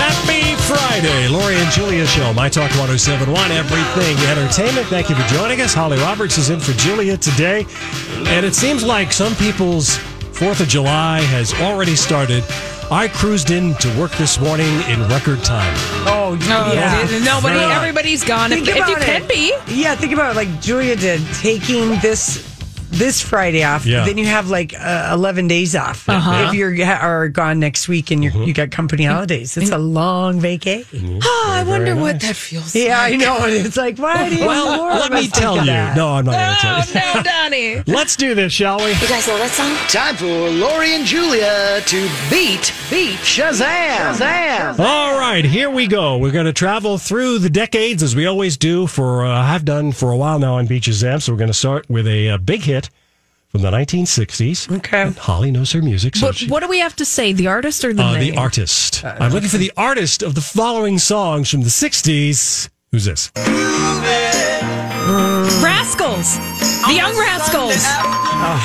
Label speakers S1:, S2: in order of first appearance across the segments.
S1: Happy Friday. Lori and Julia show, My Talk 1071, everything entertainment. Thank you for joining us. Holly Roberts is in for Julia today. And it seems like some people's 4th of July has already started. I cruised in to work this morning in record time.
S2: Oh,
S3: No,
S2: yeah.
S3: dude, nobody.
S1: Fair.
S3: Everybody's gone. If,
S2: Think
S3: if you
S2: about
S3: can
S2: it.
S3: be,
S2: Yeah, think about it. Like Julia did, taking this this Friday off.
S1: Yeah.
S2: Then you have like uh, eleven days off
S3: Uh-huh.
S2: if you're are gone next week and you
S1: Mm-hmm.
S2: are you got company holidays. It's a long vacation.
S3: oh, I wonder what that feels.
S2: Yeah, I know. And It's like why do you?
S1: Well,
S2: Laura
S1: let me
S2: must think
S1: tell
S2: of
S1: you.
S2: that?
S1: No, I'm not going to tell
S3: Oh
S1: you.
S3: no, Donnie.
S1: Let's do this, shall we?
S4: You guys know that song?
S5: Time for Lori and Julia to beat, beat Shazam! Shazam!
S1: All right, here we go. We're going to travel through the decades as we always do for uh, I've done for a while now on Beaches Amp. So we're going to start with a, uh big hit from the 1960s.
S2: Okay.
S1: And Holly knows her music, so
S3: But
S1: she,
S3: what do we have to say? The artist or the
S1: uh,
S3: name?
S1: the artist. I'm looking for the artist of the following songs from the 60s. Who's this?
S3: Rascals. The Young Rascals.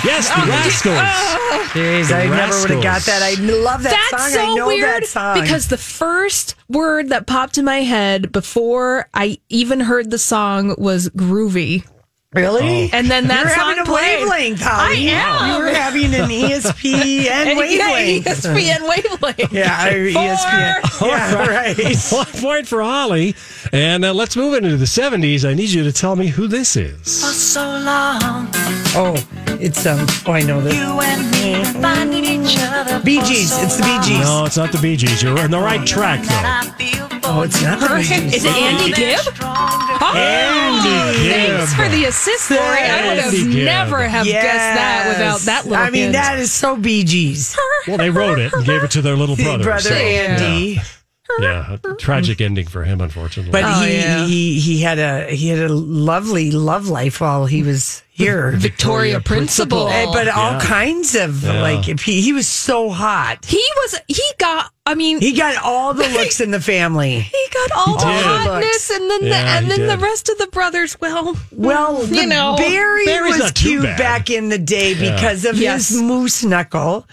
S1: yes,
S3: Oh,
S1: the Rascals.
S2: Jeez, I never would have got that. I love that
S3: That's
S2: song. I
S3: so
S2: know
S3: weird
S2: that song
S3: because the first word that popped in my head before I even heard the song was groovy,
S2: really.
S3: and then that
S2: Oh. You're
S3: song
S2: having a
S3: played.
S2: wavelength, Holly.
S3: I am.
S2: You were having an E ESPN
S3: And
S2: wavelength.
S3: yeah, E ESPN wavelength.
S2: Yeah, I, E ESPN. Yeah, right.
S1: One point for Holly. And uh, let's move into the 70s. I need you to tell me who this is.
S6: so long.
S2: Oh, it's um. Oh, I know this.
S6: You and me finding each other.
S2: Bee
S6: for
S2: Gees.
S6: so
S2: It's the Bee
S3: Oh,
S6: long.
S2: Gees.
S1: No, it's not the Bee Gees. You're on the right track, though.
S6: I feel
S2: Oh, it's not the Bee Gees.
S3: Is it Andy Gibb? Oh,
S1: Andy
S3: thanks
S1: Gibb.
S3: for the assist, Lori. I would have
S1: Andy Gibb.
S3: never have guessed that
S2: Yes.
S3: without that little.
S2: I mean,
S3: hint.
S2: that is so Bee Gees.
S1: Well, they wrote it and gave it to their little brother.
S2: brother
S1: so,
S2: Andy,
S1: Yeah, a tragic ending for him, unfortunately.
S2: but
S3: Oh,
S2: he,
S3: yeah.
S2: he he had a he had a lovely love life while he was here.
S3: Victoria Principal.
S2: Eh, But all
S1: Yeah.
S2: kinds of
S1: Yeah.
S2: like if he he was so hot.
S3: he was. He got. I mean, he,
S2: He got all the looks in the family.
S3: got all the
S1: He did.
S3: hotness, and then the,
S1: Yeah,
S3: and
S1: he
S3: then the
S1: did.
S3: rest of the brothers. Well,
S2: Well,
S3: Mm,
S2: the
S3: You know,
S2: Barry
S1: Barry's
S2: was
S1: not too
S2: cute
S1: bad.
S2: back in the day because of
S3: Yes.
S2: his moose knuckle,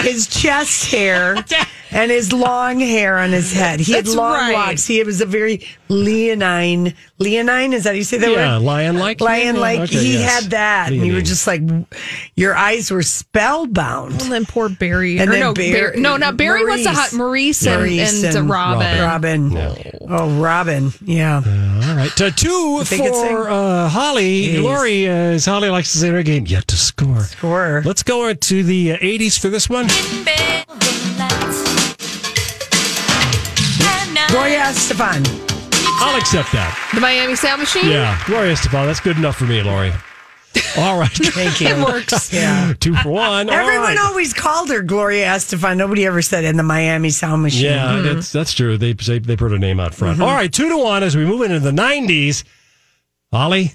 S2: his chest hair, and his long hair on his head. He
S3: That's
S2: had long
S3: right.
S2: locks. He was a very leonine. Leonine is that how you say that
S1: yeah,
S2: word?
S1: lion like.
S2: Lion like he had that, and you
S1: Leonine.
S2: were just like, your eyes were spellbound.
S3: and then poor Barry.
S2: And
S3: or
S2: then
S3: no,
S2: Barry-
S3: Barry, no, not Barry was the hot Maurice, and,
S2: Maurice
S3: and,
S2: and
S3: Robin.
S2: Robin, oh Robin, yeah.
S1: All right, to two
S2: think it's saying-
S1: for uh, Holly.
S2: Jeez.
S1: Lori, uh, as Holly likes to say in her game, yet to score.
S2: Score.
S1: Let's go to the uh, 80s for this one.
S2: Gloria Stefan.
S1: I'll accept that.
S3: The Miami Sound Machine.
S1: Yeah, Gloria Estefan, that's good enough for me, Lori. All right. Thank
S3: It works.
S2: Yeah.
S1: Two for one. All Oh,
S2: Everyone
S1: right.
S2: always called her Gloria Estefan. Nobody ever said in the Miami Sound Machine.
S1: Yeah, that's that's true. They they, they put a name out
S2: Mm-hmm.
S1: front. All right, two to one as we move into the nineties. Ollie,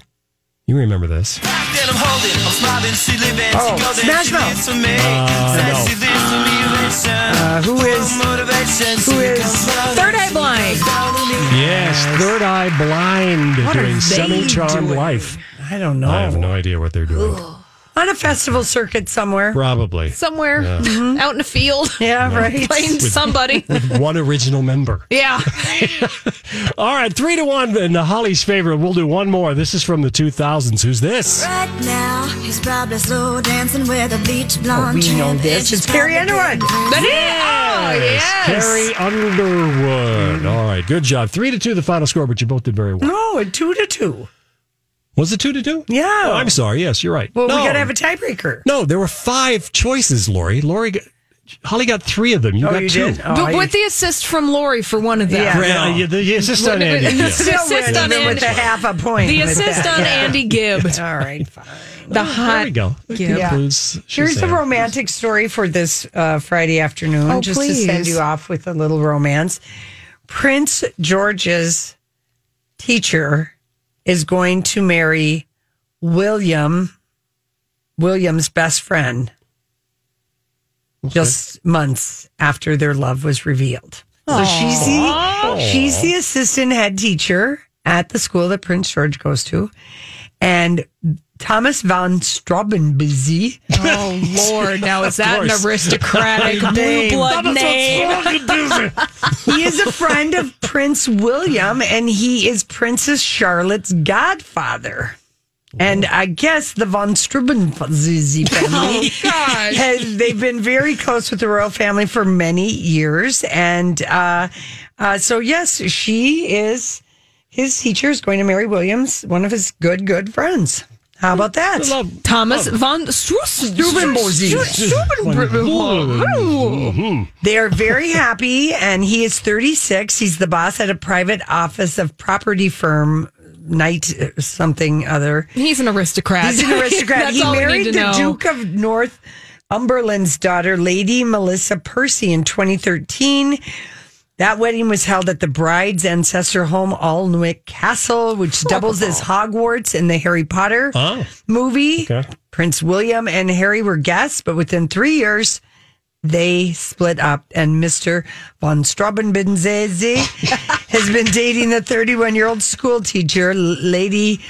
S1: you remember this?
S2: Oh, Smash Mouth.
S1: Uh, no.
S2: Uh, who is who is
S3: Third Eye Blind.
S1: Yes, Third Eye Blind
S2: What are
S1: doing
S2: they
S1: semi charmed
S2: doing?
S1: life. Oh.
S2: I don't know.
S1: I have no idea what they're doing.
S2: on a festival circuit somewhere.
S1: Probably.
S3: somewhere out in a field
S2: Yeah, right.
S3: playing somebody.
S1: One original member.
S3: yeah.
S1: All right, three to one in Holly's favor. We'll do one more. This is from the 2000s. Who's this?
S6: Right now, he's probably slow dancing with a bleach blonde.
S2: Oh, we know
S6: tramp.
S2: this. It's Carrie
S6: probably
S2: Underwood.
S6: getting
S3: That is.
S1: Yes,
S3: Oh, yes.
S1: Carrie Underwood. All right, good job. Three to two, the final score, but you both did very well.
S2: No, a two to two.
S1: Was it two to two?
S2: Mm-hmm. Yeah.
S1: Oh, I'm sorry. Yes, you're right.
S2: Well,
S1: no.
S2: we got to have a tiebreaker.
S1: No, there were five choices, Lori. Lori, got, Holly got three of them. You
S2: oh,
S1: got
S2: you
S1: two.
S2: did. Oh,
S3: But
S2: I-
S3: with the assist from Lori for one of them.
S2: Yeah. Right.
S1: Yeah, yeah, the, yeah, it's just on
S3: Wouldn't it-
S1: Andy.
S3: the
S1: Yeah.
S3: assist
S2: Still
S3: on
S2: winning
S3: Andy.
S2: with a half a point.
S3: The
S2: with
S3: assist
S2: that.
S3: on
S2: Yeah.
S3: Andy Gibb.
S2: All right, fine.
S3: The hot.
S1: There we go.
S3: Yeah.
S1: Concludes
S2: Here's a
S1: Shazam.
S2: romantic story for this uh, Friday afternoon,
S3: Oh,
S2: just to send
S3: please.
S2: you off with a little romance. Prince George's teacher is going to marry William, William's best friend, just months after their love was revealed. So she's the, she's the assistant head teacher at the school that Prince George goes to. And Thomas von Straubenbusy.
S3: Oh Lord! Now is that an
S1: course.
S3: aristocratic blue blood name?
S2: He is a friend of Prince William and he is Princess Charlotte's godfather. And I guess the von Strubenzizi family.
S3: Gosh.
S2: has, they've been very close with the royal family for many years. And uh, uh, so, yes, she is his teacher, is going to marry Williams, one of his good, good friends. How about that?
S1: Love.
S3: Thomas
S2: Oh.
S3: von Struss-
S2: Strubenbosy. They are very happy, and he is 36. He's the boss at a private office of property firm, Knight uh, something other.
S3: He's an aristocrat.
S2: He's an aristocrat.
S3: That's
S2: he
S3: all we
S2: married
S3: need
S2: the
S3: to know.
S2: Duke of Northumberland's daughter, Lady Melissa Percy, in 2013. That wedding was held at the bride's ancestor home, Alnwick Castle, which doubles as Hogwarts in the Harry Potter
S1: Oh,
S2: movie.
S1: okay.
S2: Prince William and Harry were guests, but within three years, they split up. And Mr. von Straubenbenzese has been dating the 31 year old school teacher, L- Lady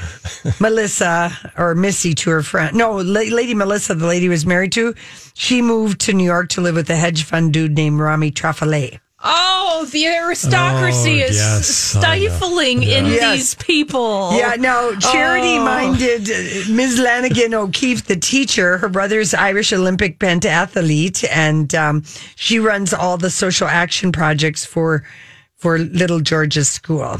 S2: Melissa, or Missy to her friend. No, La- Lady Melissa, the lady he was married to, she moved to New York to live with a hedge fund dude named Rami Trafalé.
S3: Oh, the aristocracy
S1: Oh,
S3: is
S1: yes.
S3: stifling in
S2: Yes.
S3: these people.
S1: Oh.
S2: Yeah, no, charity minded Ms. Lanigan O'Keefe, the teacher, her brother's Irish Olympic pentathlete, and um, she runs all the social action projects for for little George's school.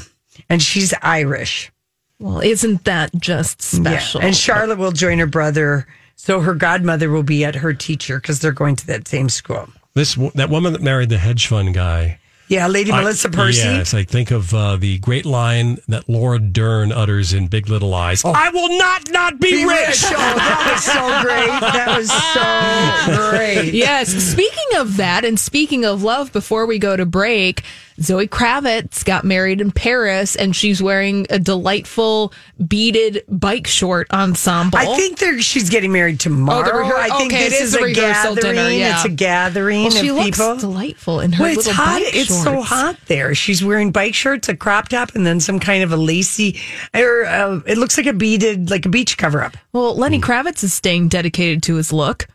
S2: And she's Irish.
S3: Well, isn't that just special?
S2: And Charlotte will join her brother. So her godmother will be at her teacher because they're going to that same school.
S1: This wo- that woman that married the hedge fund guy.
S2: Yeah, Lady
S1: I-
S2: Melissa Percy.
S1: Yes, I think of uh, the great line that Laura Dern utters in Big Little Eyes. I will not not be,
S2: Oh. Be
S1: rich.
S2: rich. Oh, that was so great. That was so great.
S3: yes. Speaking of that, and speaking of love, before we go to break, Zoe Kravitz got married in Paris, and she's wearing a delightful beaded bike short ensemble.
S2: I think they're, she's getting married tomorrow.
S3: Oh, rehear-
S2: I think
S3: okay,
S2: this,
S3: it
S2: is,
S3: is a
S2: a
S3: rehearsal
S2: gathering.
S3: dinner, yeah.
S2: It's a gathering
S3: Well, she
S2: of
S3: looks
S2: people.
S3: delightful in her
S2: well, it's
S3: little
S2: hot.
S3: bike
S2: It's so
S3: shorts.
S2: hot there. She's wearing bike shorts, a crop top, and then some kind of a lacy, or uh, it looks like a beaded, like a beach cover up.
S3: Well, Lenny Kravitz is staying dedicated to his look.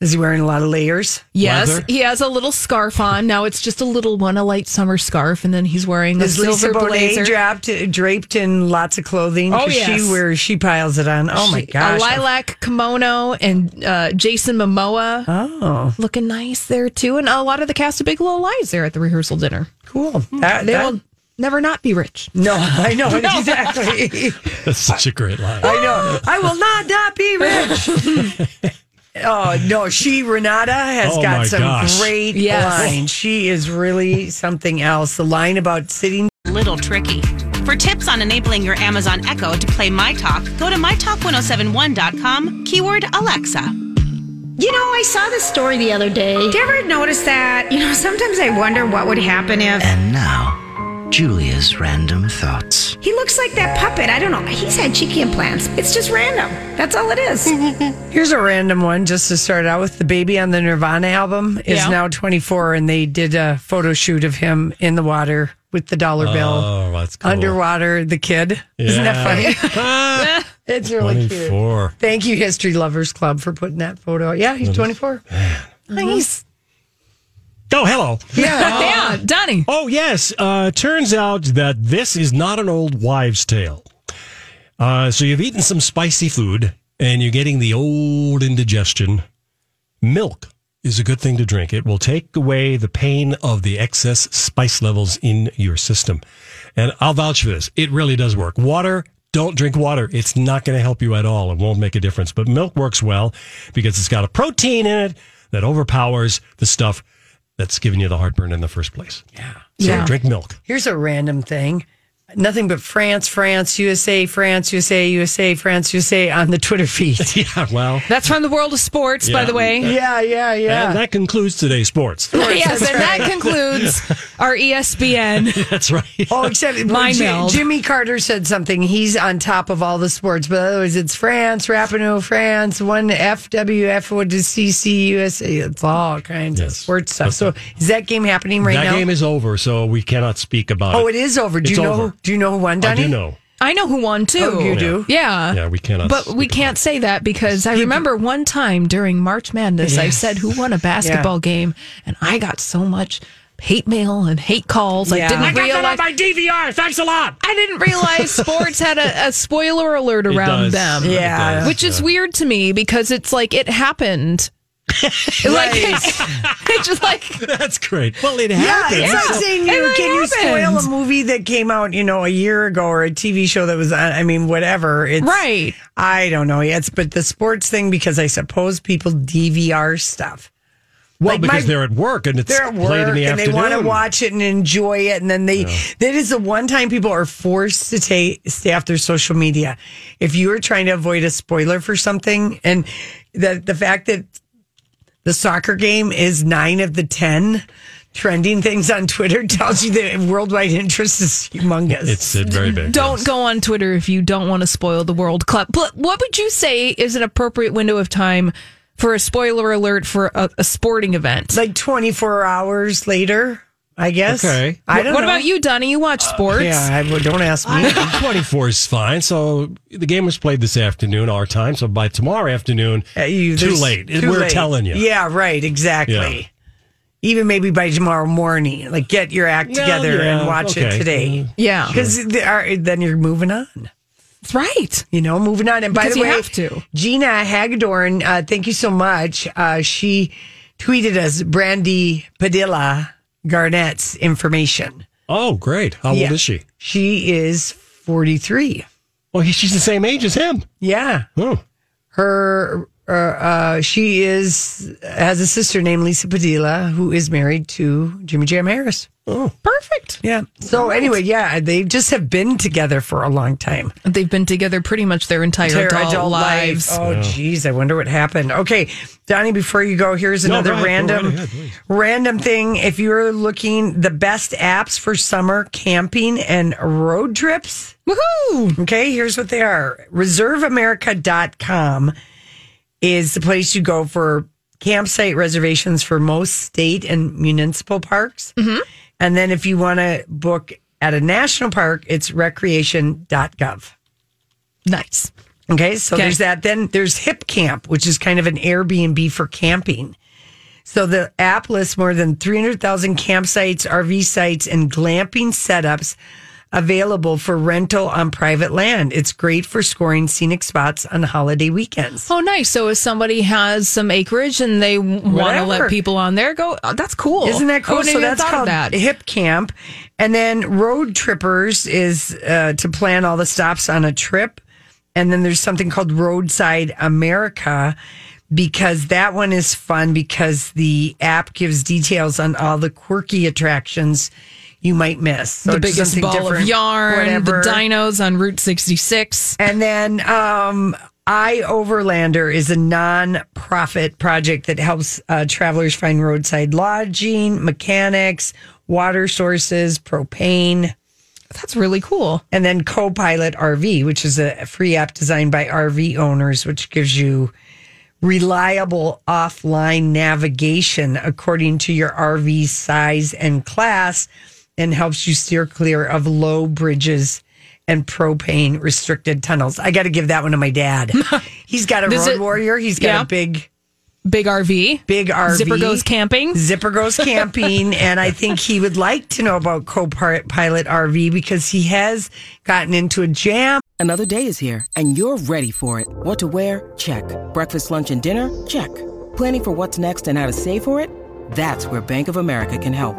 S2: Is he wearing a lot of layers?
S3: Yes,
S1: Leather?
S3: he has a little scarf on. Now it's just a little one, a light summer scarf, and then he's wearing a
S2: Is Lisa
S3: silver
S2: Bonet
S3: blazer.
S2: draped, draped in lots of clothing?
S3: Oh,
S2: 'Cause
S3: yes. uh,
S2: She wears, she piles it on. Oh, my
S3: a
S2: gosh.
S3: lilac kimono and uh, Jason Momoa
S2: Oh,
S3: looking nice there too, and a lot of the cast of Big Little Lies there at the rehearsal dinner.
S2: cool. That-
S3: Hmm. They
S2: that-
S3: will never not be rich.
S2: no, I know. Exactly.
S1: That's such a great line.
S2: I know. I will not not be rich. oh no, she Renata has
S1: Oh, my
S2: got some
S1: gosh.
S2: great
S3: Yes.
S2: lines. She is really something else. The line about sitting
S4: little tricky. For tips on enabling your Amazon Echo to play My Talk, go to mytalk1071.com, keyword Alexa.
S7: You know, I saw this story the other day. Did you ever notice that? You know, sometimes I wonder what would happen if
S5: And now, Julia's random thoughts.
S7: he looks like that puppet. I don't know. He's had cheeky implants. It's just random. That's all it is.
S2: Here's a random one just to start out with. The baby on the Nirvana album is
S3: Yeah.
S2: now 24, and they did a photo shoot of him in the water with the dollar bill
S1: Oh, that's cool.
S2: underwater. The kid, isn't that
S1: Yeah.
S2: funny? it's really cute.
S1: 24.
S2: Thank you, History Lovers Club, for putting that photo. out. Yeah, he's twenty four. Nice.
S1: Oh, hello.
S2: Yeah.
S3: yeah, Donnie.
S1: Oh, yes. Uh, turns out that this is not an old wives' tale. Uh, so you've eaten some spicy food and you're getting the old indigestion. Milk is a good thing to drink. It will take away the pain of the excess spice levels in your system. And I'll vouch for this. It really does work. Water, don't drink water. It's not going to help you at all. It won't make a difference. But milk works well because it's got a protein in it that overpowers the stuff that's giving you the heartburn in the first place. Yeah. So
S2: Yeah.
S1: drink milk.
S2: Here's a random thing. Nothing but France, France, USA, France, USA, USA, France, USA on the Twitter feed.
S1: Yeah. Well,
S3: That's from the world of sports, by
S1: Yeah.
S3: the way.
S2: yeah, yeah, yeah.
S1: and that concludes today's sports.
S3: Yes, and that concludes our E ESPN.
S1: That's right.
S2: Oh, except well,
S3: Mind
S2: Ji-
S3: meld.
S2: Jimmy Carter said something. He's on top of all the sports, but otherwise it's France, Rapino, France, one FWF, what is CCUSA? It's all kinds of
S1: Yes.
S2: sports stuff. So is that game happening right
S1: that
S2: now?
S1: game is over, so we cannot speak about it.
S2: oh, it is over. Do
S1: It's
S2: you know?
S1: over.
S2: Do you know who won,
S1: I
S2: Donnie?
S1: do know.
S3: I know who won too.
S2: Oh, you do.
S3: Yeah.
S1: Yeah, we cannot.
S3: But we
S1: speak
S3: can't say that because I remember one time during March Madness, I said who won a basketball game, and I got so much hate mail and hate calls. I
S2: Yeah.
S3: didn't
S2: I got
S3: realize.
S1: my DVR. Thanks a lot.
S3: I didn't realize sports had a, a spoiler alert
S1: It
S3: around
S1: does.
S3: them.
S1: It
S2: Yeah.
S1: does.
S3: Which is weird to me because it's like it happened. like it's just like
S1: That's great. Well, it
S2: Yeah,
S1: happened.
S2: it's like saying you
S3: It really
S2: can you spoil
S3: happened.
S2: a movie that came out, you know, a year ago or a TV show that was on. I mean, whatever. It's,
S3: right.
S2: I don't know. It's but the sports thing because I suppose people DVR stuff.
S1: well,
S2: like
S1: because
S2: my-
S1: they're at work and it's
S2: they're at work
S1: late in the
S2: and
S1: afternoon.
S2: they want to watch it and enjoy it and then they that is the one time people are forced to ta stay off their social media if you are trying to avoid a spoiler for something and that the fact that the soccer game is nine of the ten trending things on twitter tells you that worldwide interest is humongous
S1: It's uh, very big.
S3: Don't go on Twitter if you don't want to spoil the World Cup. But what would you say is an appropriate window of time for a spoiler alert for a, a sporting event?
S2: like 24 hours later i guess
S1: Okay.
S2: i don't
S3: what
S2: know. Uh,
S3: about you, Donnie? You watch sports?
S2: yeah I, well, don't ask me
S1: 24 is fine. So the game was played this afternoon, our time. So by tomorrow afternoon,
S2: Uh, you-
S1: too
S2: there's-
S1: late.
S2: too
S1: We're
S2: late.
S1: telling you.
S2: Yeah, right. Exactly.
S1: Yeah.
S2: Even maybe by tomorrow morning, like get your act
S1: Well,
S2: together
S1: yeah,
S2: and watch
S1: okay.
S2: it today.
S3: Yeah.
S2: Because then you're moving on,
S3: That's right.
S2: you know, moving on. And by
S3: Because
S2: the
S3: you
S2: way,
S3: have to.
S2: Gina Hagedorn, uh, thank you so much. Uh, she tweeted us Brandy Padilla Garnett's information.
S1: Oh, great. How
S2: Yeah.
S1: old is she?
S2: She is 43.
S1: Well, he, she's the same age as him.
S2: Yeah.
S1: Hmm.
S2: her uh, uh, she is has a sister named Lisa Padilla who is married to Jimmy Jam Harris.
S3: Perfect.
S2: Yeah. So anyway, yeah, they just have been together for a long time.
S3: They've been together pretty much their entire
S2: Their
S3: adult,
S2: adult
S3: lives.
S2: life. Oh geez, I wonder what happened. Okay, Donnie, before you go, here's
S1: No,
S2: another
S1: go ahead, go
S2: random
S1: right ahead, please.
S2: random thing. If you're looking the best apps for summer camping and road trips, Oh.
S3: Woohoo!
S2: Okay, here's what they are. ReserveAmerica.com is the place you go for campsite reservations for most state and municipal parks. And then if you want to book at a national park, it's recreation.gov.
S3: Nice.
S2: Okay, so
S3: Okay.
S2: there's that. Then there's Hip Camp, which is kind of an Airbnb for camping. So the app lists more than 300,000 campsites, RV sites, and glamping setups available for rental on private land. It's great for scoring scenic spots on holiday weekends.
S3: Oh, nice. So if somebody has some acreage and they want to
S2: Whatever.
S3: let people on there, go. Oh, that's cool.
S2: Isn't that cool?
S3: I wouldn't
S2: so
S3: even
S2: that's
S3: thought of
S2: called
S3: that.
S2: Hip Camp. And then Road Trippers is uh, to plan all the stops on a trip. And then there's something called Roadside America because that one is fun because the app gives details on all the quirky attractions you might miss. So
S3: the
S2: it's
S3: biggest
S2: something
S3: ball of
S2: different,
S3: yarn,
S2: whatever.
S3: the dinos on Route 66.
S2: And then um, I Overlander is a non-profit project that helps uh, travelers find roadside lodging, mechanics, water sources, propane,
S3: That's really cool.
S2: and then Copilot RV, which is a free app designed by RV owners, which gives you reliable offline navigation according to your RV size and class and helps you steer clear of low bridges and propane restricted tunnels. I got to give that one to my dad. He's got a
S3: Does
S2: road
S3: it-
S2: warrior. He's got
S3: Yeah.
S2: a big
S3: Big RV.
S2: big RV.
S3: Zipper goes camping.
S2: Zipper goes camping, and I think he would like to know about Copilot RV because he has gotten into a jam.
S8: Another day is here, and you're ready for it. What to wear? Check. Breakfast, lunch, and dinner? Check. Planning for what's next and how to save for it? That's where Bank of America can help.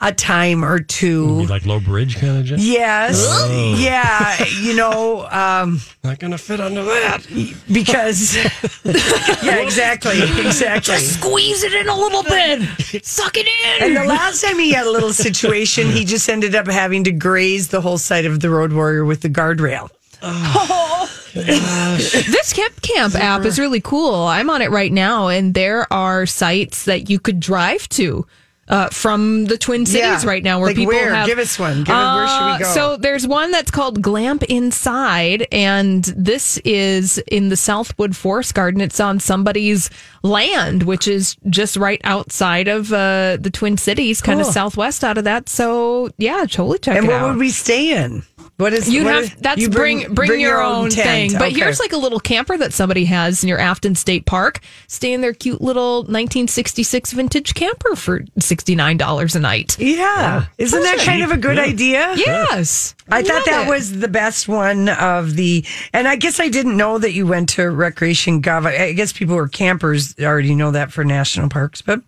S2: a time or two.
S1: Like low bridge kind of jam?
S2: Yes.
S1: Oh.
S2: Yeah. You know, um,
S1: Not going to fit under that.
S2: because. yeah, exactly. Exactly.
S3: Squeeze it in a little bit. Suck it in.
S2: And the last time he had a little situation, he just ended up having to graze the whole side of the Road Warrior with the guardrail.
S3: this Hip Camp app is really cool. I'm on it right now, and there are sites that you could drive to uh, from the Twin Cities
S2: Yeah.
S3: right now where
S2: Like
S3: people
S2: where?
S3: have.
S2: Give us one. Give us- where should we
S3: Uh,
S2: go?
S3: So there's one that's called Glamp Inside, and this is in the Southwood Forest Garden. It's on somebody's land, which is just right outside of uh, the Twin Cities, kind of
S2: Cool.
S3: southwest out of that. So yeah, totally check
S2: And
S3: it
S2: what
S3: out.
S2: would we stay in? What is
S3: You
S2: what is-
S3: have that's
S2: you
S3: bring, bring your, own
S2: tent.
S3: thing. But
S2: Okay.
S3: here's like a little camper that somebody has near Afton State Park. Stay in their cute little 1966 vintage camper for sixty nine dollars a night.
S2: yeah, isn't that kind of a good idea?
S3: Yes,
S2: I thought
S3: Love
S2: that
S3: it.
S2: was the best one of the, and I guess I didn't know that you went to Recreation Gov. I I guess people who are campers already know that for national parks, but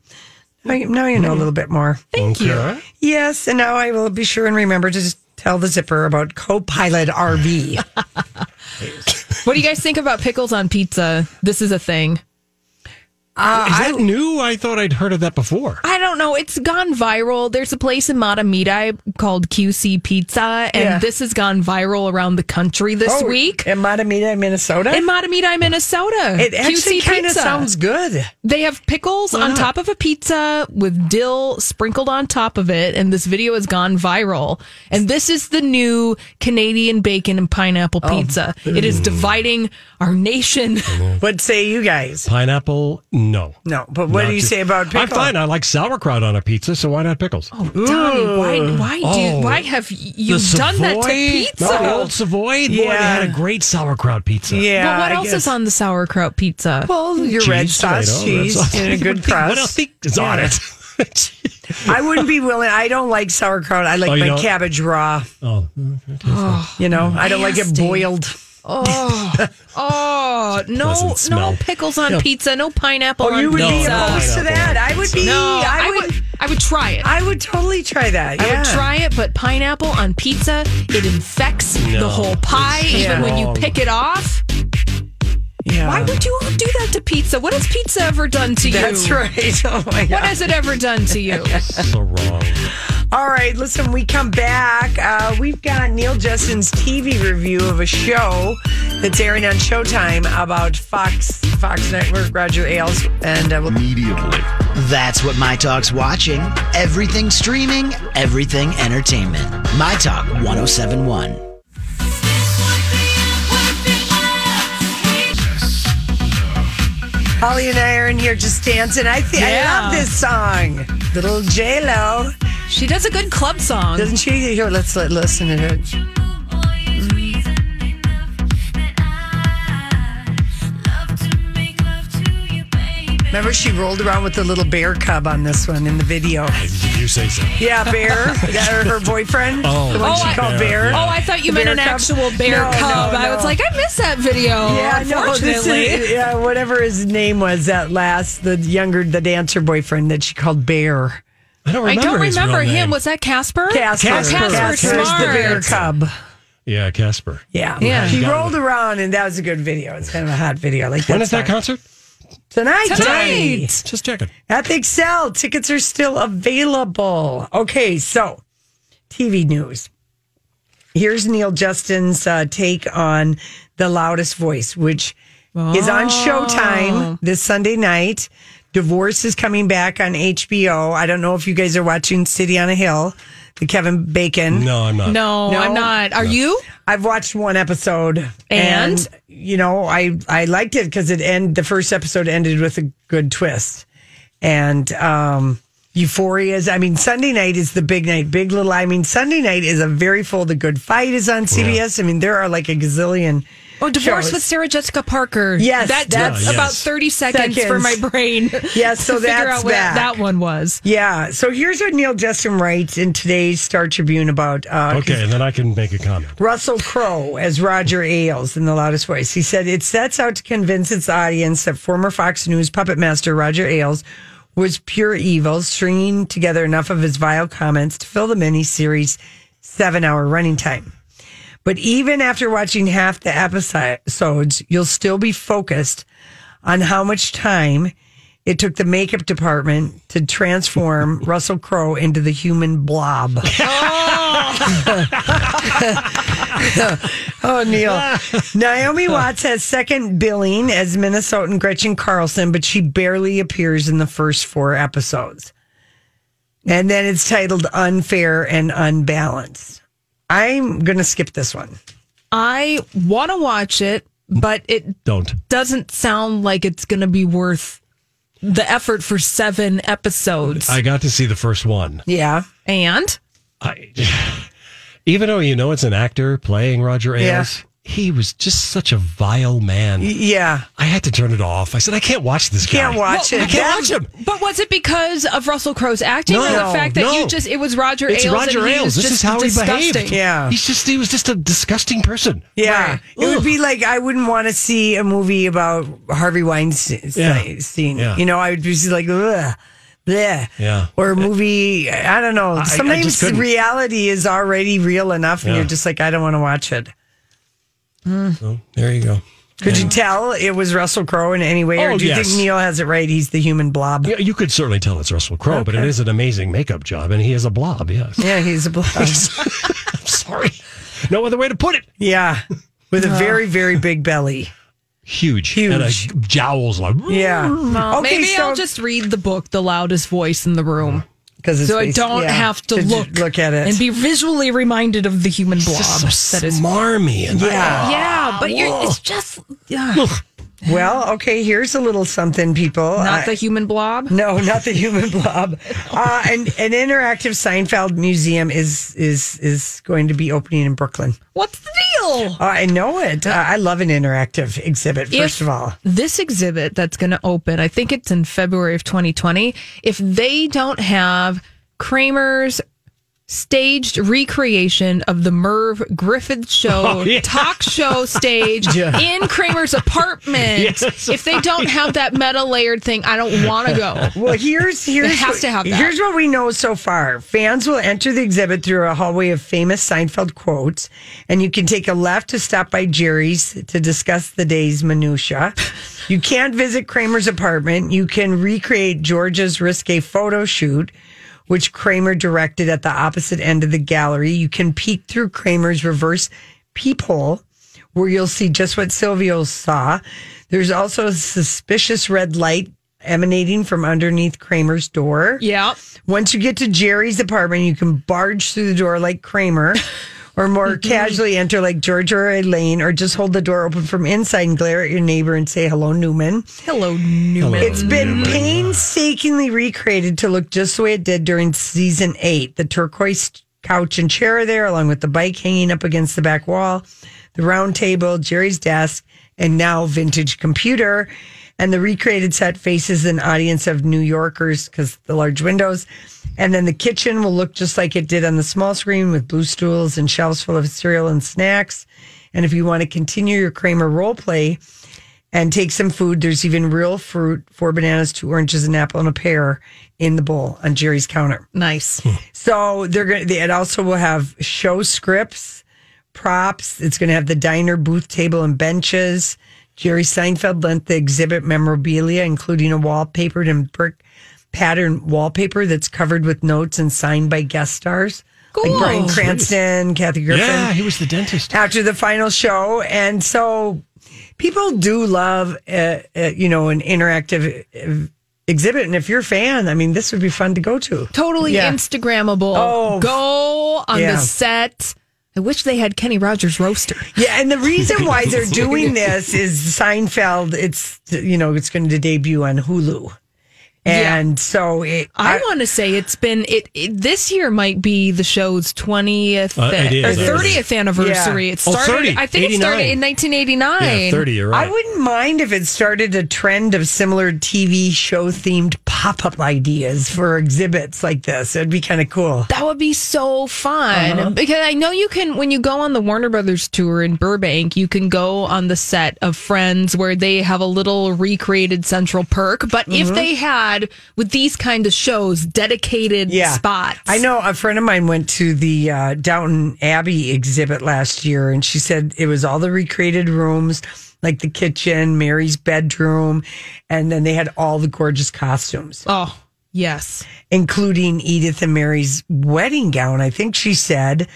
S2: now you now you know a little bit more.
S3: Thank you.
S2: Yes, and now I will be sure and remember to just tell the zipper about Copilot RV.
S3: What do you guys think about pickles on pizza? This is a thing.
S1: Is that new? I thought I'd heard of that before.
S3: I don't know. It's gone viral. There's a place in Matamidi called QC Pizza, and
S2: Yeah.
S3: this has gone viral around the country this
S2: Oh,
S3: week.
S2: in Matamida, Minnesota.
S3: In Matamidi, Minnesota,
S2: it
S3: QC
S2: actually kind of
S3: Pizza.
S2: sounds good.
S3: They have pickles on top of a pizza with dill sprinkled on top of it, and this video has gone viral. And this is the new Canadian bacon and pineapple pizza. It is dividing our nation.
S2: What say you guys?
S1: Pineapple, no.
S2: No, but what
S1: Not
S2: do you
S1: too-
S2: say about pickle?
S1: I'm fine. I like sauerkraut on a pizza, so why not pickles?
S3: Oh, Donnie, why, why,
S1: Oh.
S3: do, why have you done that to pizza?
S1: No, the old Savoy. Boy, they
S2: Yeah.
S1: had a great sauerkraut pizza.
S2: Yeah.
S3: but what
S2: I
S3: else
S2: guess.
S3: is on the sauerkraut pizza?
S2: Well, your red
S1: Cheese,
S2: sauce,
S1: tomato, red
S2: cheese,
S1: sauce.
S2: and a good
S1: What else-
S2: crust.
S1: What else think is on it?
S2: I wouldn't be willing. I don't like sauerkraut. I like
S1: Oh, you
S2: my
S1: don't?
S2: cabbage raw.
S1: oh,
S2: You know, I don't like it
S3: Nasty.
S2: boiled.
S3: oh, oh, no,
S1: Doesn't smell.
S3: no pickles on pizza, no pineapple
S2: Oh,
S3: on
S2: you would
S3: pizza.
S2: be
S1: No.
S2: opposed to that. I would be.
S3: no,
S2: I would.
S3: I would try it.
S2: I would totally try that.
S3: I
S2: yeah.
S3: would try it, but pineapple on pizza, it infects
S1: No,
S3: the whole pie.
S1: it's
S3: Even when you
S1: wrong.
S3: pick it off,
S2: Yeah.
S3: why would you do that to pizza? What has pizza ever done to you?
S2: That's right. Oh my
S3: What
S2: god.
S3: has it ever done to you?
S1: so wrong.
S2: All right, listen, we come back. Uh, we've got Neil Justin's TV review of a show that's airing on Showtime about Fox Fox Network, Roger Ailes, and uh, we'll
S5: Immediately. That's what My Talk's watching. Everything streaming, everything entertainment. My Talk 1071.
S2: Holly and I are in here just dancing. I think I
S3: Yeah.
S2: love this song. Little J Lo.
S3: She does a good club song.
S2: Doesn't she here? Let's let, listen to her. Remember she rolled around with the little bear cub on this one in the video.
S1: Did you you say so.
S2: Yeah, Bear. That or her boyfriend.
S1: Oh,
S2: the one she
S3: I,
S2: called Bear.
S3: oh, I thought you
S2: The
S3: meant an
S2: bear cub.
S3: actual bear
S2: No,
S3: cub.
S2: no,
S3: I was
S2: no.
S3: like, Oh, I missed that video.
S2: Yeah, no, this
S3: unfortunately.
S2: is, yeah, whatever his name was, that last, the younger, the dancer boyfriend that she called Bear.
S1: I don't
S3: I don't remember him. Was that Casper?
S2: Casper.
S3: Casper,
S2: Casper's
S3: Smart.
S2: the bear cub.
S1: Yeah, Casper.
S2: Yeah.
S3: Yeah.
S2: She rolled around, and that was a good video. It's kind of a hot video. I Like
S1: When is that
S2: song.
S1: concert?
S2: Tonight,
S1: Tonight.
S2: tonight.
S1: Just checking.
S2: At the Excel, tickets are still available. Okay, so TV news. Here's Neil Justin's uh, take on The Loudest Voice, which is on Showtime this Sunday night. Divorce is coming back on HBO. I don't know if you guys are watching City on a Hill, the Kevin Bacon.
S1: No, I'm not.
S3: No,
S2: No.
S3: I'm not. Are you?
S2: I've watched one episode,
S3: And?
S2: you know, I I liked it because it end the first episode ended with a good twist, and um, Euphoria is. I mean, Sunday night is the big night. Big Little. I mean, Sunday night is a very full. The Good Fight is on CBS. I mean, there are like a gazillion.
S3: Oh, divorce
S2: shows.
S3: with Sarah Jessica Parker.
S2: Yes,
S3: that,
S2: that's-
S3: that's
S1: Yeah, yes.
S3: about thirty seconds, for
S2: Seconds.
S3: my brain.
S2: Yeah, so
S3: to figure
S2: that's
S3: out what
S2: back.
S3: that one was.
S2: Yeah. So here's what Neil Justin writes in today's Star Tribune about. Uh,
S1: Okay, and then I can make a comment.
S2: Russell Crowe as Roger Ailes in The Loudest Voice. He said it sets out to convince its audience that former Fox News puppet master Roger Ailes was pure evil, stringing together enough of his vile comments to fill the miniseries' seven hour running time. But even after watching half the episodes, you'll still be focused on how much time it took the makeup department to transform Russell Crowe into the human blob. Oh, Neil. Naomi Watts has second billing as Minnesotan Gretchen Carlson, but she barely appears in the first four episodes. And then it's titled Unfair and Unbalanced. I'm going to skip this one.
S3: I want to watch it, but it
S1: Don't.
S3: doesn't sound like it's going to be worth the effort for seven episodes.
S1: I got to see the first one.
S2: Yeah.
S3: and
S1: I, even though you know it's an actor playing Roger
S2: Yeah.
S1: Ailes, he was just such a vile man.
S2: Yeah.
S1: I had to turn it off. I said, I can't watch this guy.
S2: Can't watch
S1: I
S2: it.
S1: can't watch him.
S3: but was it because of Russell Crowe's acting, or
S2: No,
S3: the fact that
S1: no.
S3: you just it was Roger
S1: It's
S3: Ailes?
S1: Roger
S3: and he
S1: Ailes.
S3: was
S1: This
S3: just
S1: is how he
S3: disgusting.
S1: behaved.
S2: Yeah.
S1: He's just he was just a disgusting person.
S2: Yeah.
S3: Right.
S2: It would be like I wouldn't want to see a movie about Harvey Weinstein.
S1: Yeah.
S2: Scene.
S1: Yeah.
S2: You know, I would just like, ugh. Bleh.
S1: Yeah.
S2: Or a movie, I don't know.
S1: I just
S2: Sometimes
S1: couldn't.
S2: reality is already real enough, and
S1: Yeah.
S2: you're just like, I don't want to watch it.
S1: So, there you go.
S2: Could you tell it was Russell Crowe in any way,
S1: Oh,
S2: or do you
S1: yes.
S2: think Neil has it right? He's the human blob.
S1: Yeah, you could certainly tell it's Russell Crowe, but it is an amazing makeup job, and he is a blob. Yes.
S2: Yeah, he's a blob.
S1: I'm sorry. No other way to put it.
S2: yeah, with
S3: Uh.
S2: a very very big belly.
S1: Huge. And a
S2: Huge.
S1: jowls like.
S2: Yeah.
S3: Well,
S2: Okay,
S3: maybe
S2: so-
S3: I'll just read the book, The Loudest Voice in the Room.
S2: Because
S3: so I don't have to look
S2: look at it.
S3: and be visually reminded of the human blob.
S1: Just so
S3: that is,
S1: smarmy. And
S2: Yeah.
S3: yeah, but you're, it's just yeah,
S2: well, okay. Here's a little something, people.
S3: not
S2: I-
S3: the human blob.
S2: No, not the human blob. Uh, and an interactive Seinfeld museum is is is going to be opening in Brooklyn.
S3: What's the deal?
S2: Uh, I know it. Uh, I love an interactive exhibit.
S3: If
S2: First of all,
S3: This exhibit that's going to open, I think it's in February of 2020. If they don't have Kramer's staged recreation of the Merv Griffith show
S1: Oh, yeah.
S3: talk show stage
S2: Yeah.
S3: in Kramer's apartment,
S1: Yes.
S3: if they don't have that meta layered thing, I don't want to go.
S2: Well, here's here's
S3: has
S2: what,
S3: to have that.
S2: here's what we know so far. Fans will enter the exhibit through a hallway of famous Seinfeld quotes, and you can take a left to stop by Jerry's to discuss the day's minutia. you can't visit Kramer's apartment. You can recreate George's risque photo shoot. Which Kramer directed at the opposite end of the gallery. You can peek through Kramer's reverse peephole where you'll see just what Silvio saw. There's also a suspicious red light emanating from underneath Kramer's door.
S3: Yeah.
S2: Once you get to Jerry's apartment, you can barge through the door like Kramer. Or more casually enter like George or Elaine, or just hold the door open from inside and glare at your neighbor and say hello, Newman.
S3: Hello, Newman.
S2: It's been painstakingly recreated to look just the way it did during season eight. The turquoise couch and chair are there, along with the bike hanging up against the back wall, the round table, Jerry's desk, and now vintage computer. And the recreated set faces an audience of New Yorkers because the large windows And then the kitchen will look just like it did on the small screen with blue stools and shelves full of cereal and snacks. And if you want to continue your Kramer role play and take some food, there's even real fruit, four bananas, two oranges, an apple, and a pear in the bowl on Jerry's counter.
S3: Nice.
S1: Hmm.
S2: so they're going to, it also will have show scripts, props. It's going to have the diner booth table and benches. Jerry Seinfeld lent the exhibit memorabilia, including a wallpapered and brick pattern wallpaper that's covered with notes and signed by guest stars.
S3: Cool.
S2: Like Brian
S3: Oh,
S2: Cranston, Kathy Griffin.
S1: oh, Yeah, he was the dentist.
S2: After the final show. And so people do love, uh, uh, you know, an interactive uh, exhibit. And if you're a fan, I mean, this would be fun to go to.
S3: Totally
S2: Yeah.
S3: Instagrammable.
S2: Oh.
S3: Go on
S2: Yeah.
S3: the set. I wish they had Kenny Rogers roaster.
S2: Yeah, and the reason why they're doing this is Seinfeld. It's you know it's going to debut on Hulu, and so it,
S3: I, want to say it's been it, it. This year might be the show's twentieth
S1: Uh, it
S3: or
S1: is, I believe.
S3: thirtieth anniversary.
S2: Yeah.
S3: It
S1: Oh,
S3: started.
S1: 30,
S3: I think it started in nineteen eighty nine.
S1: Yeah, 30, you're right.
S2: I wouldn't mind if it started a trend of similar TV show themed pop up ideas for exhibits like this. It'd be kind of cool.
S3: That would be so fun
S1: Uh-huh.
S3: because I know you can when you go on the Warner Brothers tour in Burbank, you can go on the set of Friends where they have a little recreated Central Perk. But
S1: Uh-huh.
S3: if they had with these kind of shows dedicated spots,
S2: I know a friend of mine went to the uh, Downton Abbey exhibit last year, and she said it was all the recreated rooms, like the kitchen, Mary's bedroom, and then they had all the gorgeous costumes.
S3: Oh yes,
S2: including Edith and Mary's wedding gown, I think she said,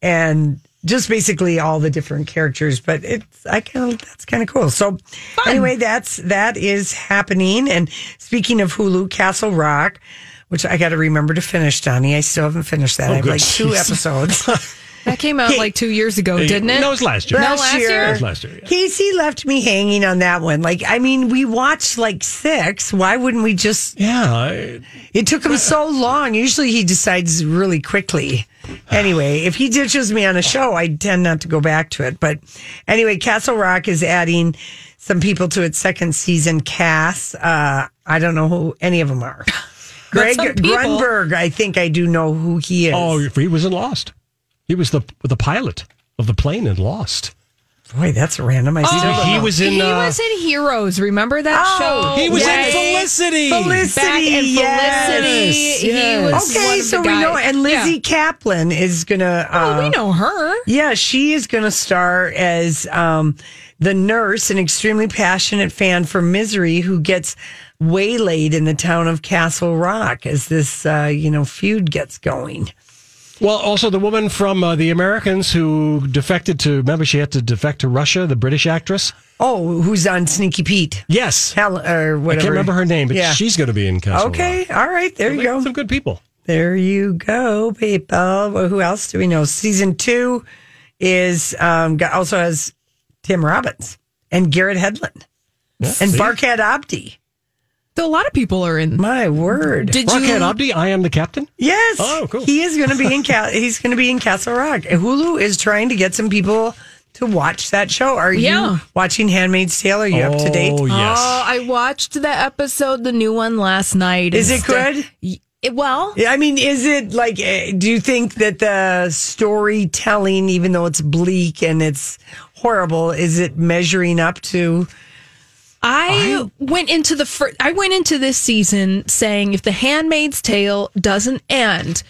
S2: and just basically all the different characters. But it's I kind of that's kind of cool. So anyway, that's that is happening. And speaking of Hulu, Castle Rock, which I got to remember to finish, Donnie. I still haven't finished that.
S1: Oh,
S2: I have
S1: good.
S2: like two
S1: Jeez.
S2: episodes.
S3: that came out
S2: Hey.
S3: like two years ago,
S1: Hey,
S3: didn't it?
S1: No, it was last year.
S3: No, Oh, last year.
S1: It was last year. yeah.
S2: Casey left me hanging on that one. Like, I mean, we watched like six. Why wouldn't we just?
S1: Yeah, I-
S2: It took him so long. Usually he decides really quickly. Anyway, if he ditches me on a show, I tend not to go back to it. But anyway, Castle Rock is adding some people to its second season cast. Uh, I don't know who any of them are. Greg
S3: some people.
S2: Grunberg, I think I do know who he is.
S1: Oh, he was in Lost. He was the the pilot of the plane in Lost.
S2: boy, that's random. I still
S1: Oh,
S2: don't
S1: he
S2: know.
S1: was in.
S3: he
S1: uh,
S3: was in Heroes. Remember that
S2: Oh,
S3: show?
S1: he was
S3: way
S1: in Felicity.
S2: Felicity.
S3: Back in Felicity,
S2: yes.
S3: he was
S2: Okay,
S3: one of
S2: so
S3: the
S2: we know,
S3: guys.
S2: and Lizzie Kaplan is gonna.
S3: Yeah.
S2: Uh,
S3: oh, we know her.
S2: Yeah, she is gonna star as um, the nurse, an extremely passionate fan for Misery, who gets waylaid in the town of Castle Rock as this, uh, you know, feud gets going.
S1: Well, also the woman from uh, the Americans who defected to. Remember, she had to defect to Russia. The British actress.
S2: Oh, who's on Sneaky Pete?
S1: Yes,
S2: Hell, or
S1: I
S2: whatever.
S1: can't remember her name, but she's going to be in Castle
S2: Okay,
S1: Rock.
S2: all right, there you go.
S1: Some good people.
S2: There you go, people. Well, who else do we know? Season two is um, got- also has Tim Robbins and Garrett Hedlund
S1: Yeah,
S2: and
S1: see?
S2: Barkat Abdi.
S3: So a lot of people are in.
S2: My word!
S3: Did you?
S1: Rockhead Abdi, I am the captain.
S2: yes,
S1: Oh, cool.
S2: He is going to be in Ca- he's going to be in Castle Rock. Hulu is trying to get some people to watch that show. Are
S3: Yeah.
S2: you watching Handmaid's Tale? Are you up to date?
S1: Oh yes.
S3: Oh, I watched the episode, the new one last night.
S2: Is
S3: and
S2: it
S3: sti-
S2: good?
S3: Y- it- well,
S2: Yeah, I mean, is it like, eh, do you think that the storytelling, even though it's bleak and it's horrible, is it measuring up to?
S3: I went into the fir- I went into this season saying if the Handmaid's Tale doesn't end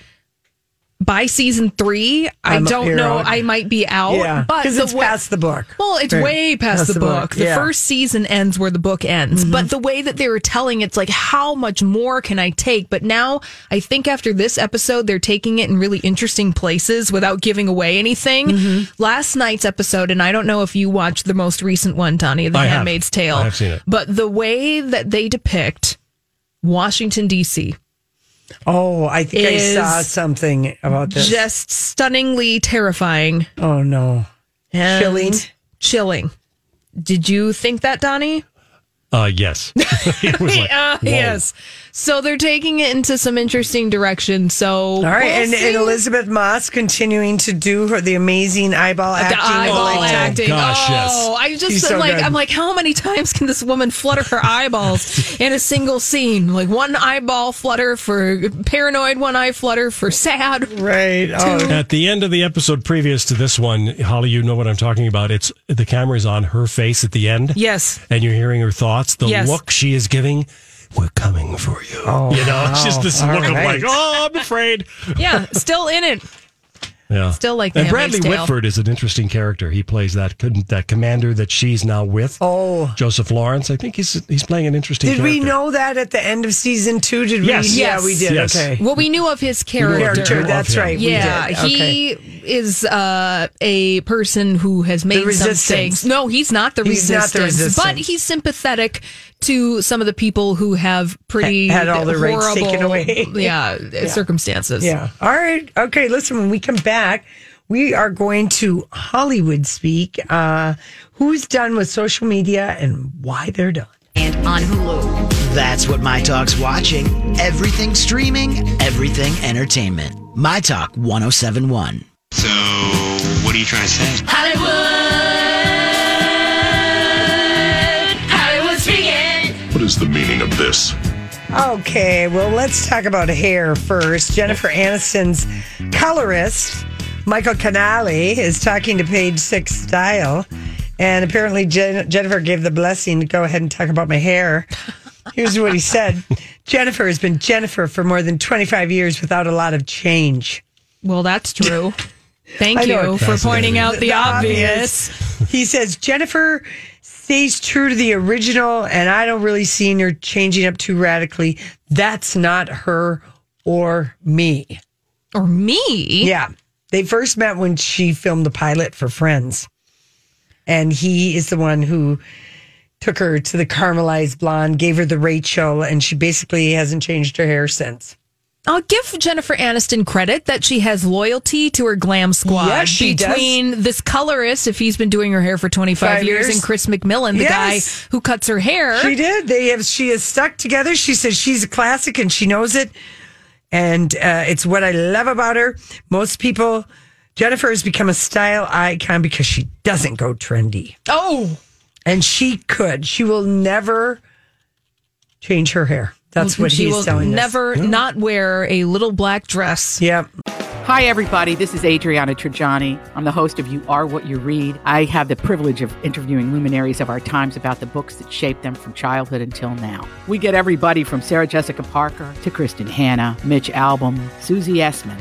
S3: by season three, I
S2: I'm-
S3: don't
S2: you're
S3: know.
S2: out.
S3: I might be out. Oh, but
S2: because
S3: the
S2: it's
S3: way-
S2: past the book.
S3: Well, it's
S2: Right.
S3: way past, the, book. The
S2: yeah. Mm-hmm.
S3: first season ends where the book ends, but the way that they were telling it's like, how much more can I take? But now I think after this episode, they're taking it in really interesting places without giving away anything.
S2: Mm-hmm.
S3: Last night's episode, and I don't know if you watched the most recent one, Tony, The
S1: I have.
S3: Handmaid's Tale.
S1: I have seen it.
S3: But the way that they depict Washington, D.C.
S2: Oh, I think I
S3: Is
S2: saw something about this.
S3: Just stunningly terrifying.
S2: oh no,
S3: and
S2: Chilling.
S3: Chilling. Did you think that, Donnie?
S1: Uh, yes. It was like,
S3: Uh,
S1: whoa.
S3: yes. So they're taking it into some interesting directions. So all
S2: All right, and, and Elizabeth Moss continuing to do her the amazing eyeball acting.
S3: The eyeball acting. oh, I just
S2: She's so
S3: like
S2: good.
S3: I'm like, how many times can this woman flutter her eyeballs in a single scene? Like one eyeball flutter for paranoid, one eye flutter for sad.
S2: Right.
S1: At the end of the episode previous to this one, Holly, you know what I'm talking about. It's the camera is on her face at the end.
S3: Yes.
S1: And you're hearing her thoughts, the
S3: Yes.
S1: look she is giving. We're coming for you. Oh, you know, it's just this
S9: wow.
S1: look of
S9: All right.
S1: like, oh, I'm afraid.
S3: Yeah, still in it.
S1: Yeah.
S3: Still like
S1: And
S3: the Handmaid's
S1: Bradley
S3: Tale.
S1: Whitford is an interesting character. He plays that that commander that she's now with.
S2: Oh,
S1: Joseph Lawrence. I think he's he's playing an interesting.
S2: Did we
S1: character.
S2: know that at the end of season two? Did we?
S1: Yes.
S2: Yeah, we did.
S1: Yes.
S2: Okay.
S3: Well, we knew of his
S2: knew
S3: character.
S2: of him. That's right, we
S3: Yeah,
S2: did. Okay.
S3: he is uh, a person who has made some
S2: resistance.
S3: things. No, he's not the
S2: He's not
S3: resistance.
S2: the resistance.
S3: But he's sympathetic to some of the people who have pretty
S2: had all their
S3: horrible,
S2: rights taken away.
S3: Yeah,
S2: Yeah.
S3: circumstances.
S2: Yeah. All right. Okay. Listen, when we come back, we are going to Hollywood speak. Uh, who's done with social media and why they're done?
S5: And on Hulu. That's what My Talk's watching. Everything streaming, everything entertainment. My Talk 1071.
S10: So, what are you trying to say?
S9: Hollywood. Hollywood speaking.
S11: What is the meaning of this?
S2: Okay, well, let's talk about hair first. Jennifer Aniston's colorist, Michael Canale, is talking to Page Six Style, and apparently Jen- Jennifer gave the blessing to go ahead and talk about my hair. Here's what he said Jennifer has been Jennifer for more than 25 years without a lot of change.
S3: Well, that's true. Thank
S2: I know
S3: you
S2: it-
S3: for pointing out the, obvious.
S2: obvious. he says Jennifer stays true to the original, and I don't really see her changing up too radically. That's not her or me.
S3: Or me?
S2: Yeah. They first met when she filmed the pilot for Friends. And he is the one who took her to the caramelized blonde, gave her the Rachel, and she basically hasn't changed her hair since.
S3: I'll give Jennifer Aniston credit that she has loyalty to her glam squad.
S2: Yes, she does.
S3: between this colorist, if he's been doing her hair for 25
S2: Five
S3: years,
S2: years.
S3: and Chris McMillan, the
S2: Yes.
S3: guy who cuts her hair.
S2: She did. They have. She is stuck together. She says she's a classic, and she knows it. And uh, it's what I love about her. Most people, Jennifer has become a style icon because she doesn't go trendy.
S3: Oh,
S2: and she could. She will never change her hair. That's what
S3: Mm-hmm. she
S2: he's
S3: will
S2: telling us. Hmm?
S3: never not wear a little black dress.
S2: Yep.
S12: Hi, everybody. This is Adriana Trajani. I'm the host of You Are What You Read. I have the privilege of interviewing luminaries of our times about the books that shaped them from childhood until now. We get everybody from Sarah Jessica Parker to Kristen Hanna, Mitch Albom, Susie Essman,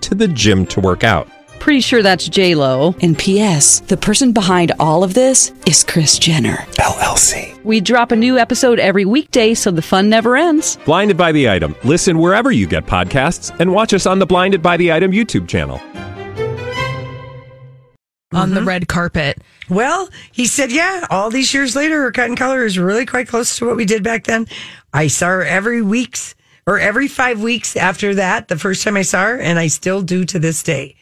S13: to the gym to work out.
S14: Pretty sure that's J Lo. And P.S. The person behind all of this is Chris Jenner LLC. We drop a new episode every weekday, so the fun never ends.
S13: Blinded by the item. Listen wherever you get podcasts, and watch us on the Blinded by the Item YouTube channel.
S3: on
S2: Mm-hmm.
S3: the red carpet.
S2: Well, he said, yeah, all these years later, her cut and color is really quite close to what we did back then. I saw her every week's or every five weeks after that, the first time I saw her, and I still do to this day.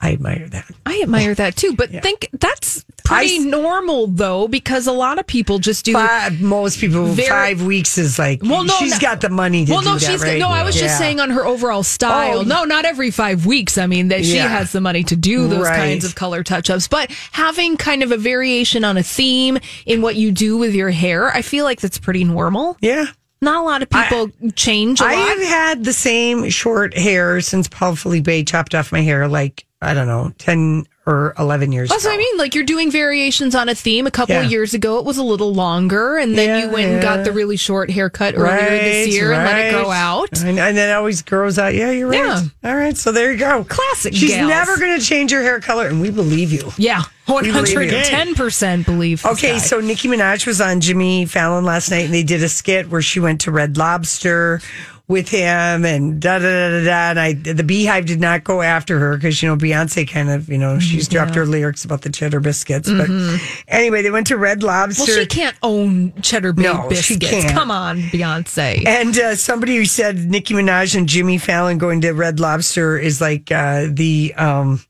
S2: I admire that.
S3: I admire that too, but think that's pretty normal though, because a lot of people just do.
S2: Five, most people,
S3: Very-
S2: five weeks is like,
S3: Well, no,
S2: she's
S3: no.
S2: got the money to
S3: well,
S2: do
S3: no,
S2: that,
S3: she's
S2: right?
S3: no. I was just
S2: Yeah.
S3: saying on her overall style.
S2: Oh.
S3: no, not every five weeks. I mean that she
S2: Yeah.
S3: has the money to do those
S2: Right.
S3: kinds of color touch-ups, but having kind of a variation on a theme in what you do with your hair, I feel like that's pretty normal.
S2: Yeah,
S3: not a lot of people change. a
S2: I
S3: lot.
S2: have had the same short hair since Paul Felipe chopped off my hair like I don't know, 10 or 11 years
S3: That's what I mean. Like you're doing variations on a theme. A couple
S2: Yeah.
S3: of years ago, it was a little longer, and then you went and got the really short haircut earlier this year and let it go
S2: right.
S3: out.
S2: And, and then it always grows out. Yeah, you're right.
S3: Yeah.
S2: All right. So there you go. Classic. She's
S3: gals.
S2: never going to change her hair color, and we believe you.
S3: Yeah. One
S2: We believe you.
S3: hundred ten percent believe. this
S2: Okay,
S3: guy.
S2: so Nicki Minaj was on Jimmy Fallon last night, and they did a skit where she went to Red Lobster with him, and da da da da. da and I, the Beehive did not go after her because you know Beyonce kind of, you know, she's dropped her lyrics about the cheddar biscuits.
S3: Mhm.
S2: But anyway, they went to Red Lobster.
S3: well, she can't own cheddar bay
S2: No, she
S3: biscuits.
S2: can't.
S3: Come on, Beyonce.
S2: And uh, somebody who said Nicki Minaj and Jimmy Fallon going to Red Lobster is like uh, the um,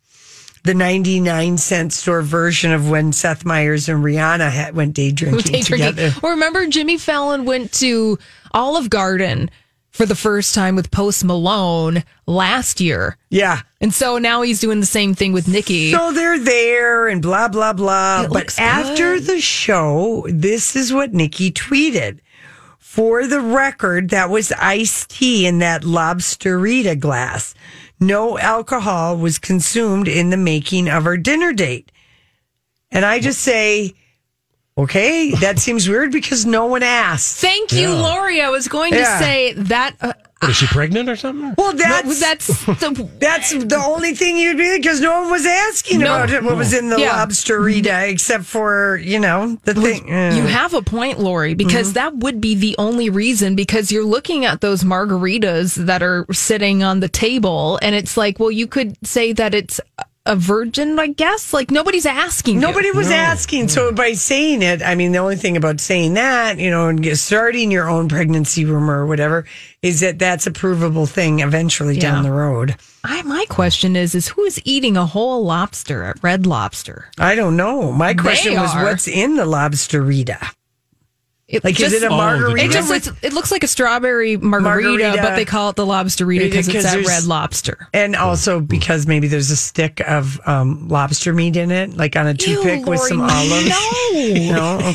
S2: the ninety nine cent store version of when Seth Meyers and Rihanna had, went day drinking
S3: Day drinking.
S2: together.
S3: Well, remember Jimmy Fallon went to Olive Garden for the first time with Post Malone last year.
S2: Yeah.
S3: And so now he's doing the same thing with Nikki.
S2: So they're there and blah blah blah.
S3: It
S2: but
S3: looks
S2: after
S3: good.
S2: the show, this is what Nikki tweeted. For the record, that was iced tea in that lobsterita glass. No alcohol was consumed in the making of our dinner date. And I just say, okay, that seems weird because no one asked.
S3: Thank you,
S2: Yeah.
S3: Lori. I was going
S2: Yeah.
S3: to say that. Uh,
S1: What, is she pregnant or something?
S2: Well, that's
S3: that's the
S2: that's the only thing you'd be because no one was asking
S3: No.
S2: about it. What was in the
S3: Yeah.
S2: lobsterita, except for you know the thing. uh,
S3: you have a point, Lori, because
S2: Mm-hmm.
S3: that would be the only reason. Because you're looking at those margaritas that are sitting on the table, and it's like, well, you could say that it's a virgin, I guess. Like nobody's asking. you.
S2: Nobody was asking.
S3: Mm.
S2: So by saying it, I mean, the only thing about saying that, you know, and get- starting your own pregnancy rumor or whatever is that that's a provable thing eventually down
S3: Yeah.
S2: the road.
S3: I my question is is who is eating a whole lobster at Red Lobster?
S2: I don't know. My question was
S3: are.
S2: what's in the lobsterita?
S3: It
S2: Like, is it a Oh, the margarita?
S3: It just looks, it looks like a strawberry margarita,
S2: Margarita.
S3: but they call it the lobsterita because it's at
S2: there's-
S3: Red Lobster.
S2: And also because maybe there's a stick of um, lobster meat in it, like on a toothpick with some
S3: Lori,
S2: olives.
S3: no.
S2: no?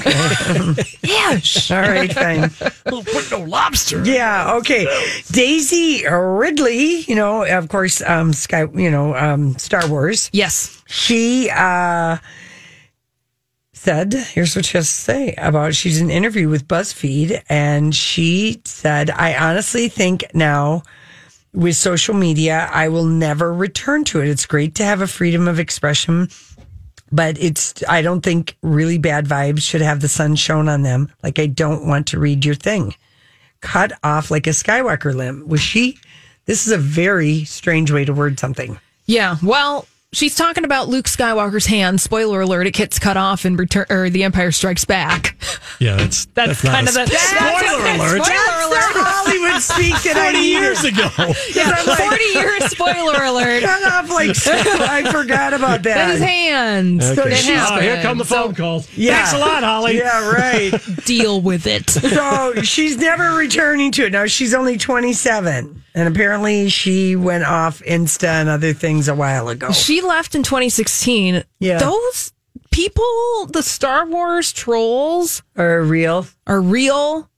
S2: Okay.
S3: yes.
S2: All right, fine.
S1: Put no lobster.
S2: Yeah. Okay. Daisy Ridley, you know, of course, um, Sky, you know, um, Star Wars.
S3: Yes.
S2: She uh, said, here's what she has to say about she's in an interview with BuzzFeed, and she said, I honestly think now with social media, I will never return to it. It's great to have a freedom of expression but it's I don't think really bad vibes should have the sun shown on them. Like I don't want to read your thing. Cut off like a Skywalker limb. Was she? This is a very strange way to word something.
S3: Yeah. Well, she's talking about Luke Skywalker's hand. Spoiler alert, it gets cut off in return or the Empire Strikes Back.
S1: Yeah, that's
S3: That's,
S1: not
S3: kind
S1: a
S3: of the
S1: sp- spoiler alert.
S3: Spoiler
S2: That's
S3: alert.
S2: the Hollywood speak that I
S1: 40
S2: needed.
S1: years ago.
S2: 'Cause I'm like-
S3: 40 year spoiler alert.
S2: Cut off like I forgot about that.
S3: That is hand.
S2: So
S1: Okay.
S2: it
S1: Ah, here
S2: happened.
S1: come the phone calls.
S2: Yeah.
S1: Thanks a lot, Holly.
S2: Yeah, right.
S3: Deal with it.
S2: so she's never returning to it. Now she's only 27, and apparently she went off Insta and other things a while ago.
S3: She left in 2016.
S2: Yeah.
S3: Those people, the Star Wars trolls,
S2: Are real?
S3: are real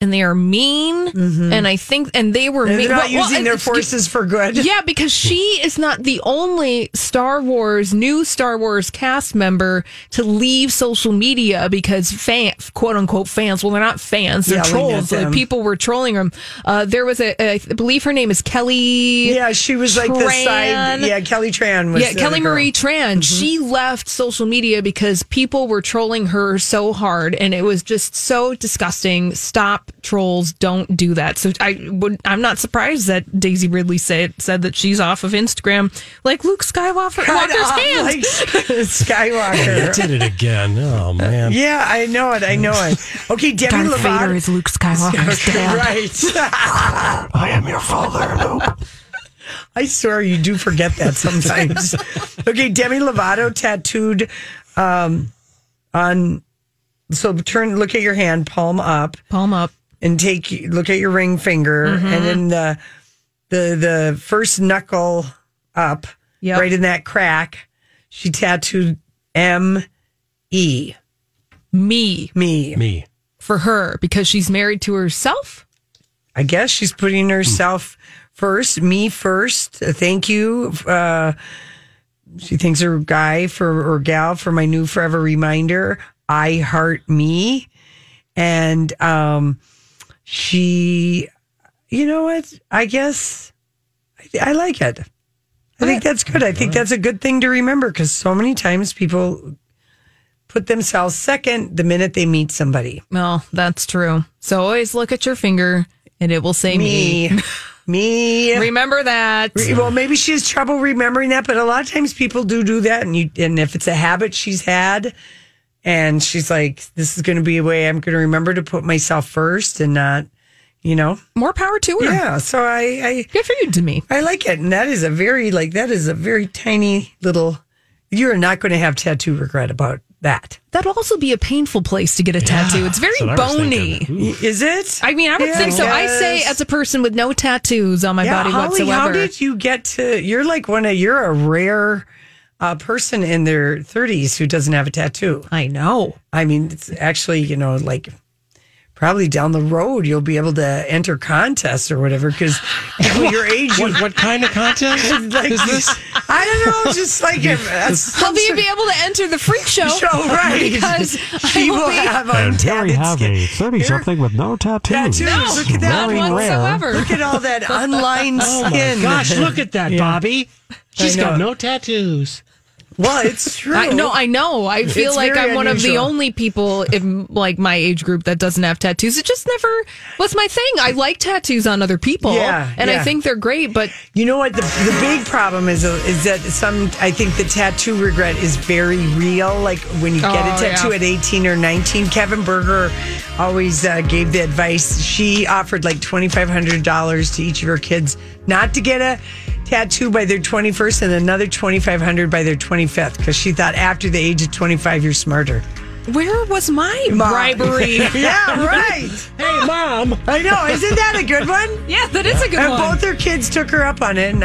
S3: and they are mean. And I think, and they were
S2: Mm-hmm. They're
S3: mean- well,
S2: not
S3: well,
S2: using their
S3: it's-
S2: forces for good.
S3: Yeah, because she is not the only Star Wars, new Star Wars cast member to leave social media because fan, quote unquote fans, well, they're not fans, they're
S2: Yelling at
S3: trolls. Like,
S2: them.
S3: people were trolling them. Uh, there was a, I believe her name is Kelly.
S2: Yeah, she was like the side.
S3: Tran.
S2: Yeah, Kelly Tran was.
S3: yeah,
S2: the
S3: Kelly
S2: other girl.
S3: Marie
S2: Mm-hmm.
S3: Tran. She left social media because people were trolling her so hard, and it was just so disgusting. Stop trolls! Don't do that. So I would. I'm not surprised that Daisy Ridley said said that she's off of Instagram, like Luke Skywalker.
S2: Cut
S3: Walker's
S2: off
S3: hand.
S2: like Skywalker.
S1: Did it again. Oh, man.
S2: Yeah, I know it. I know it. Okay, Debbie
S3: Darth Vader
S2: Lovato.
S3: is Luke Skywalker's
S2: Okay,
S3: dad.
S2: right. I am your father, Luke. I swear you do forget that sometimes. okay, Demi Lovato tattooed um, on. So turn, look at your hand, palm up,
S3: palm up,
S2: and take look at your ring finger, and then the the the first knuckle up,
S3: Yep.
S2: right in that crack. She tattooed M E
S3: Me
S2: me.
S1: Me.
S3: for her because she's married to herself.
S2: I guess she's putting herself first, me first. Thank you, uh, she thinks her guy for or gal for my new forever reminder i heart me and um she you know what i guess i, I like it i think that's good i think that's a good thing to remember because so many times people put themselves second the minute they meet somebody
S3: Well, that's true. So always look at your finger and it will say me.
S2: Me. Me.
S3: Remember that.
S2: Re- Well, maybe she has trouble remembering that, but a lot of times people do do that, and you and if it's a habit she's had, and she's like, "This is going to be a way I'm going to remember to put myself first and not, you know,
S3: more power to her."
S2: Yeah. So I, I
S3: good for you to me.
S2: I like it, and that is a very like that is a very tiny little. You're not going to have tattoo regret about that.
S3: That'll also be a painful place to get a tattoo. It's very
S2: that's what I was
S3: bony.
S2: thinking. Y- Is it?
S3: I mean, I would
S2: Yeah,
S3: think so. I say
S2: guess.
S3: as a person with no tattoos on my body
S2: Holly,
S3: whatsoever.
S2: How did you get to? You're like one of you're a rare uh, person in their 30s who doesn't have a tattoo.
S3: I know.
S2: I mean, it's actually you know like probably down the road you'll be able to enter contests or whatever because people your age.
S1: What- what kind of contest
S2: like,
S1: is this?
S2: I don't know. Just like that's
S3: I'll be, be able to enter the freak show.
S2: Show, right.
S3: Because
S2: She
S3: I will,
S2: will
S3: be,
S2: have a-
S11: And here we
S2: Untatted
S11: have a 30 something with no tattoos.
S2: Tattoos. Look at that
S11: Very
S2: one
S11: rare.
S2: whatsoever. Look at all that unlined
S11: Oh my
S2: skin.
S11: gosh, look
S1: at that, Bobby.
S3: She's got
S1: no tattoos.
S2: Well, it's true.
S3: I, no, I know. I feel
S2: It's
S3: like
S2: very
S3: I'm one of the
S2: unusual.
S3: only people in like my age group that doesn't have tattoos. It just never was my thing. I like tattoos on other people,
S2: Yeah,
S3: and I
S2: yeah.
S3: think they're great. But
S2: You know what? The, the big problem is uh, is that some, I think the tattoo regret is very real. Like when you get
S3: Oh,
S2: a tattoo
S3: yeah.
S2: at 18 or 19, Kevin Berger always uh, gave the advice. She offered like $2,500 to each of her kids not to get a tattoo by their 21st and another 2500 by their 25th because she thought after the age of 25, you're smarter.
S3: where was my
S2: Mom.
S3: bribery?
S2: yeah, right.
S1: Hey, mom.
S2: I know. Isn't that a good one?
S3: Yeah, that is a good
S2: and
S3: one.
S2: both her kids took her up on it. And